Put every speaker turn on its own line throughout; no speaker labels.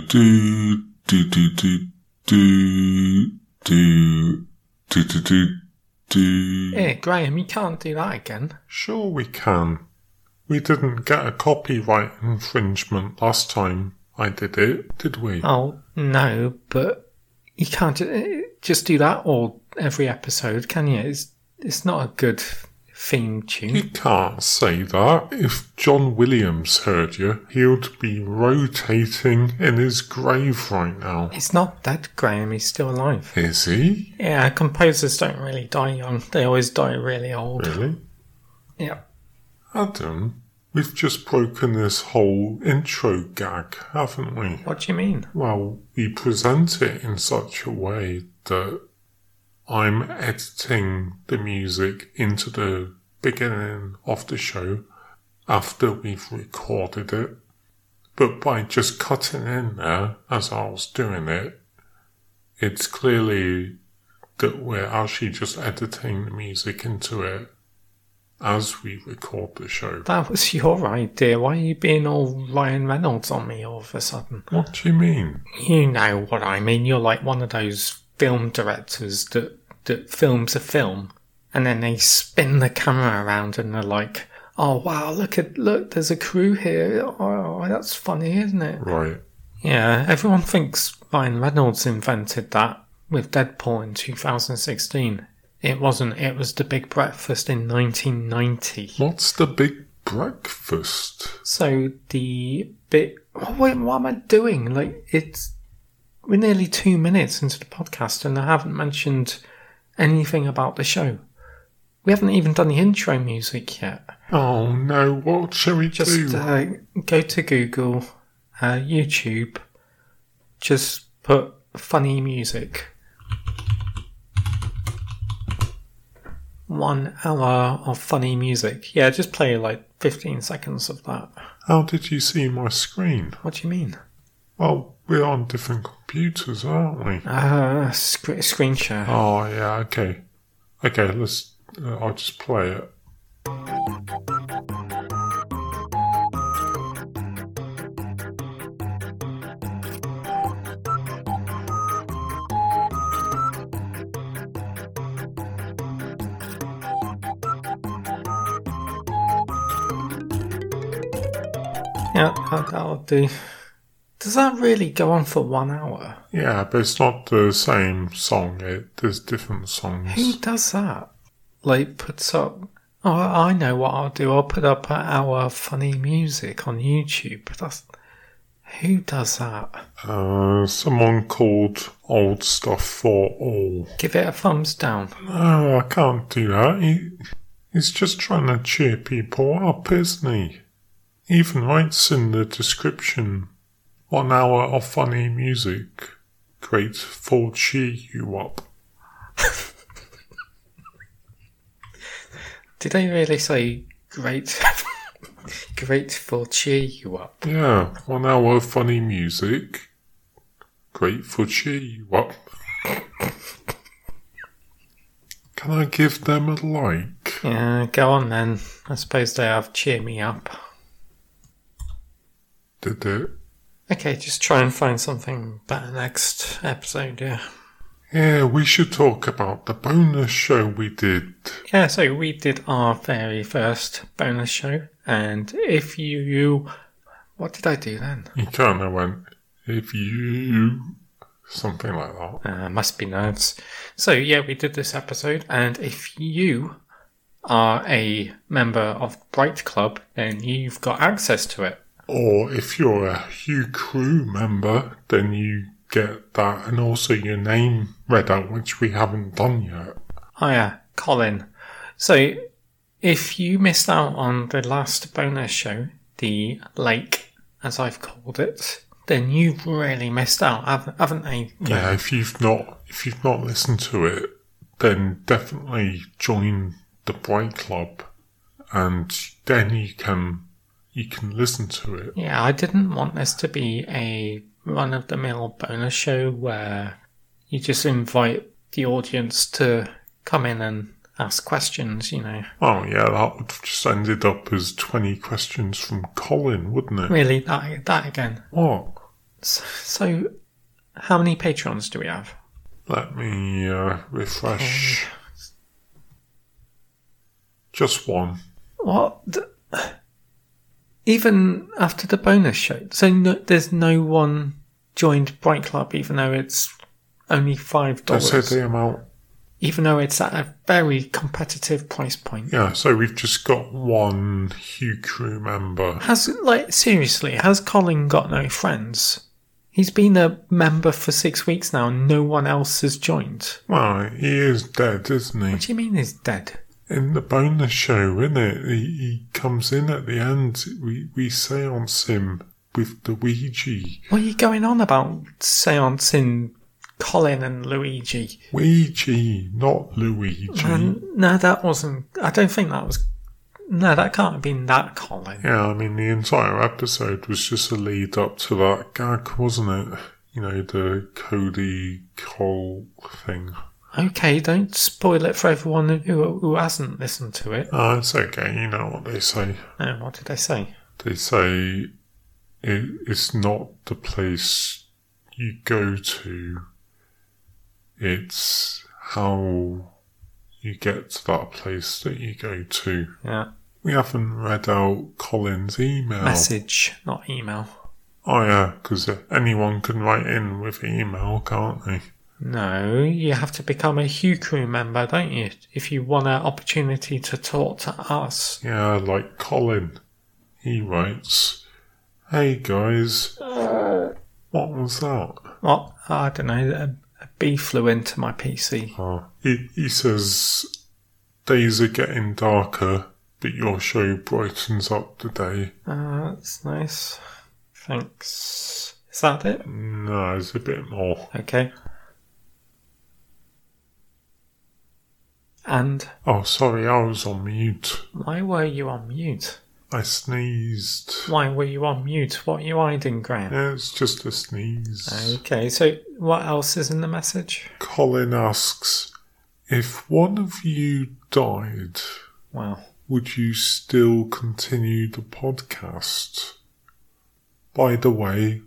do do do do do do do do do do.
Hey, Graham, you can't do that again.
Sure, we can. We didn't get a copyright infringement last time I did it, did we?
Oh, no, but you can't ju- just do that all every episode, can you? It's, it's not a good theme tune.
You can't say that. If John Williams heard you, he'd be rotating in his grave right now.
It's not dead, Graham. He's still alive.
Is he?
Yeah, composers don't really die young. They always die really old.
Really?
Yeah.
Adam, we've just broken this whole intro gag, haven't we?
What do you mean?
Well, we present it in such a way that I'm editing the music into the beginning of the show after we've recorded it. But by just cutting in there as I was doing it, it's clearly that we're actually just editing the music into it as we record the show.
That was your idea. Why are you being all Ryan Reynolds on me all of a sudden?
What do you mean?
You know what I mean. You're like one of those film directors that that films a film and then they spin the camera around and they're like, "Oh wow, look at look, there's a crew here. Oh, that's funny, isn't it?"
Right.
Yeah, everyone thinks Ryan Reynolds invented that with Deadpool in 2016. It wasn't. It was The Big Breakfast in 1990.
What's the big breakfast?
So the bit. Oh, wait, what am I doing? Like it's we're nearly two minutes into the podcast and I haven't mentioned anything about the show. We haven't even done the intro music yet.
Oh no, what shall we
Just
do?
uh, go to Google, uh, YouTube, just put funny music. One hour of funny music. Yeah, just play like 15 seconds of that.
How did you see my screen?
What do you mean?
Well, we're on different computers, aren't we?
Uh, sc- screen share.
Oh yeah, okay. Okay, let's. Uh, I'll just play it.
Yeah, that, that'll do. Does that really go on for one hour?
Yeah, but it's not the same song. It, there's different
Who
songs.
does that? Like puts up. Oh, I know what I'll do. I'll put up an hour of funny music on YouTube. That's who does that?
Uh, someone called "Old Stuff for All."
Give it a thumbs down.
No, Oh, I can't do that. He, he's just trying to cheer people up, isn't he? Even writes in the description one hour of funny music. Great for cheer you up.
Did they really say great? grateful cheer you up.
Yeah, one hour of funny music. Great for cheer you up. Can I give them a like?
Yeah, go on then. I suppose they have cheer me up.
Did it?
Okay, just try and find something better next episode. Yeah.
Yeah, we should talk about the bonus show we did.
Yeah, so we did our very first bonus show, and if you, you what did I do then?
He kind of went, if you. something like that.
Uh, must be nerves. So yeah, we did this episode, and if you are a member of Bright Club, then you've got access to it.
Or if you're a Hugh Crew member, then you get that and also your name read out, which we haven't done yet.
Hiya, Colin. So, if you missed out on the last bonus show, the lake, as I've called it, then you've really missed out, haven't, haven't they?
Yeah, if you've not if you've not listened to it, then definitely join the Bright Club, and then you can you can listen to it.
Yeah, I didn't want this to be a run of the mill bonus show where you just invite the audience to come in and ask questions, you know.
Oh yeah, that would have just ended up as twenty questions from Colin, wouldn't it?
Really, that, that again.
What?
So, so how many patrons do we have?
Let me uh, refresh. Just one.
What? The, even after the bonus show, so no, there's no one joined Bright Club, even though it's only five
I said
dollars.
the amount.
Even though it's at a very competitive price point.
Yeah, so we've just got one Hugh crew member.
Has like seriously? Has Colin got no friends? He's been a member for six weeks now, and no one else has joined.
Well, he is dead, isn't he?
What do you mean he's dead?
in the bonus show, isn't it? He, he comes in at the end. We we seance him with the Ouija.
What are you going on about? Seancing Colin and Luigi.
Ouija, not Luigi.
And no, that wasn't. I don't think that was. No, that can't have been that Colin.
Yeah, I mean the entire episode was just a lead up to that gag, wasn't it? You know the Cody Cole thing.
Okay, don't spoil it for everyone who who hasn't listened to it.
Ah, it's okay. You know what they say.
No, what did I say?
They say it, it's not the place you go to, it's how you get to that place that you go to.
Yeah,
We haven't read out Colin's email.
message, not email.
Oh, yeah, because anyone can write in with email, can't they?
No, you have to become a Hugh Crew member, don't you? If you want an opportunity to talk to us.
Yeah, like Colin. He writes, Hey guys, what was that?
What? I don't know. A, a bee flew into my PC.
Oh. He, he says, Days are getting darker, but your show brightens up the day.
Uh, that's nice. Thanks. Is that it?
No, it's a bit more.
Okay. And
Oh, sorry, I was on mute.
why were you on mute?
I sneezed.
Why were you on mute? What are you hiding, Graham?
Yeah, it's just a sneeze.
Okay, so what else is in the message?
Colin asks, If one of you died,
Wow.
would you still continue the podcast? By the way,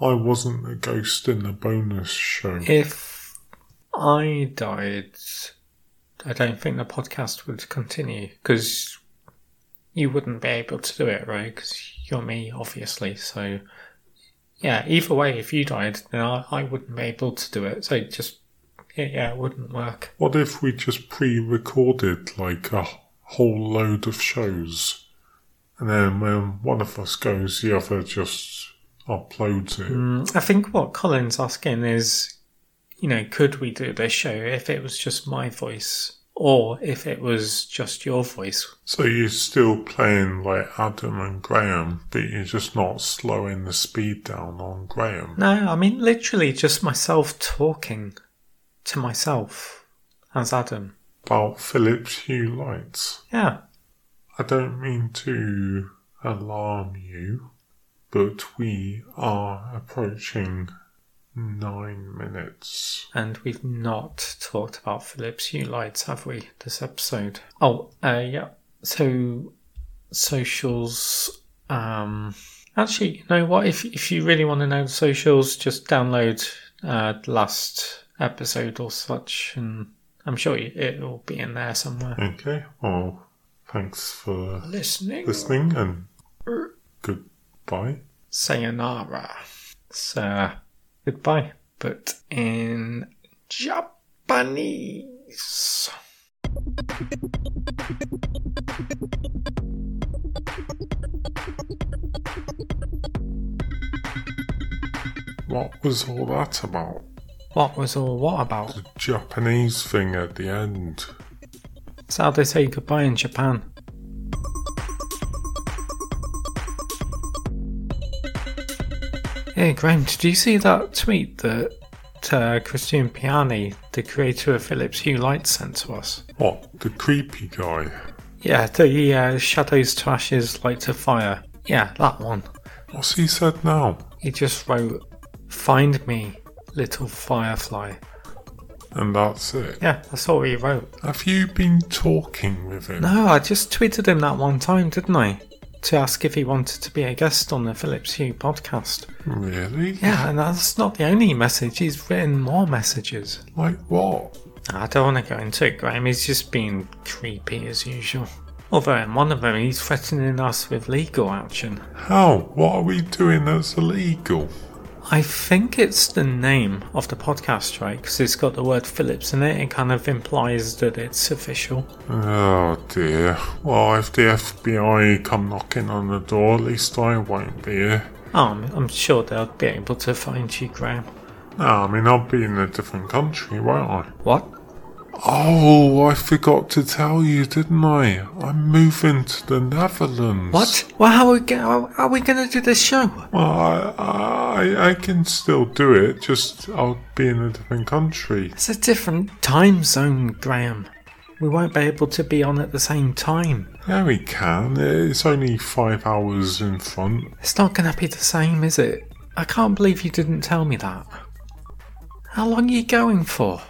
I wasn't the ghost in the bonus show.
If I died, I don't think the podcast would continue because you wouldn't be able to do it, right? Because you're me, obviously. So, yeah, either way, if you died, then I, I wouldn't be able to do it. So, just, yeah, yeah, it wouldn't work.
What if we just pre recorded like a whole load of shows? And then when one of us goes, the other just uploads it.
Mm, I think what Colin's asking is, you know, could we do this show if it was just my voice or if it was just your voice?
So you're still playing like Adam and Graham, but you're just not slowing the speed down on Graham.
No, I mean literally just myself talking to myself as Adam.
About Phillips Hue Lights.
Yeah.
I don't mean to alarm you, but we are approaching nine minutes.
And we've not talked about Phillips Hue lights, have we, this episode? Oh, uh, yeah. So, socials. Um, actually, you know what? If, if you really want to know the socials, just download uh, the last episode or such, and I'm sure it- it'll be in there somewhere.
Okay, well, thanks for
Listening.
listening and goodbye.
sayonara. So, goodbye. But in Japanese.
What was all that about?
What was all what about?
The Japanese thing at the end.
That's how they say goodbye in Japan. Hey Graham, did you see that tweet that uh, Christian Piani, the creator of Philips Hue Light, sent to us?
What? The creepy guy?
Yeah, the uh, shadows to ashes, light to fire. Yeah, that one.
What's he said now?
He just wrote, Find me, little firefly.
And that's it.
Yeah, that's all he wrote.
Have you been talking with him?
No, I just tweeted him that one time, didn't I? to ask if he wanted to be a guest on the Phillips Hue podcast.
Really?
Yeah, and that's not the only message. He's written more messages.
Like what?
I don't want to go into it, Graham. He's just being creepy as usual. Although in one of them, he's threatening us with legal action.
How? What are we doing that's illegal?
I think it's the name of the podcast, right? Because it's got the word Phillips in it. It kind of implies that it's official.
Oh dear. Well, if the FBI come knocking on the door, at least I won't be here.
Oh, I'm, I'm sure they'll be able to find you, Graham.
No, I mean, I'll be in a different country, won't I?
What?
Oh, I forgot to tell you, didn't I? I'm moving to the Netherlands.
What? Well, how are we, go- how are we going to do this show?
Well, I, I, I can still do it, just I'll be in a different country.
It's a different time zone, Graham. We won't be able to be on at the same time.
Yeah, we can. It's only five hours in front.
It's not going to be the same, is it? I can't believe you didn't tell me that. How long are you going for?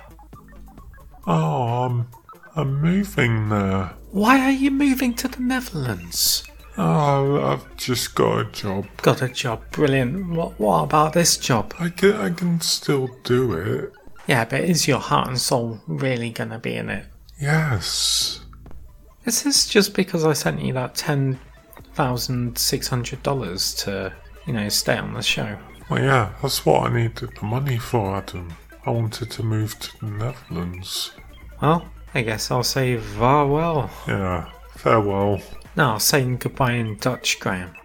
Oh, I'm, I'm moving there.
Why are you moving to the Netherlands?
Oh, I've just got a job.
Got a job, brilliant. What, what about this job?
I can, I can still do it.
Yeah, but is your heart and soul really going to be in it?
Yes.
Is this just because I sent you that ten thousand six hundred dollars to, you know, stay on the show?
Well, yeah, that's what I needed the money for, Adam. I wanted to move to the Netherlands.
Well, I guess I'll say vaarwel.
Yeah, farewell.
No, I'll say goodbye in Dutch, Graham.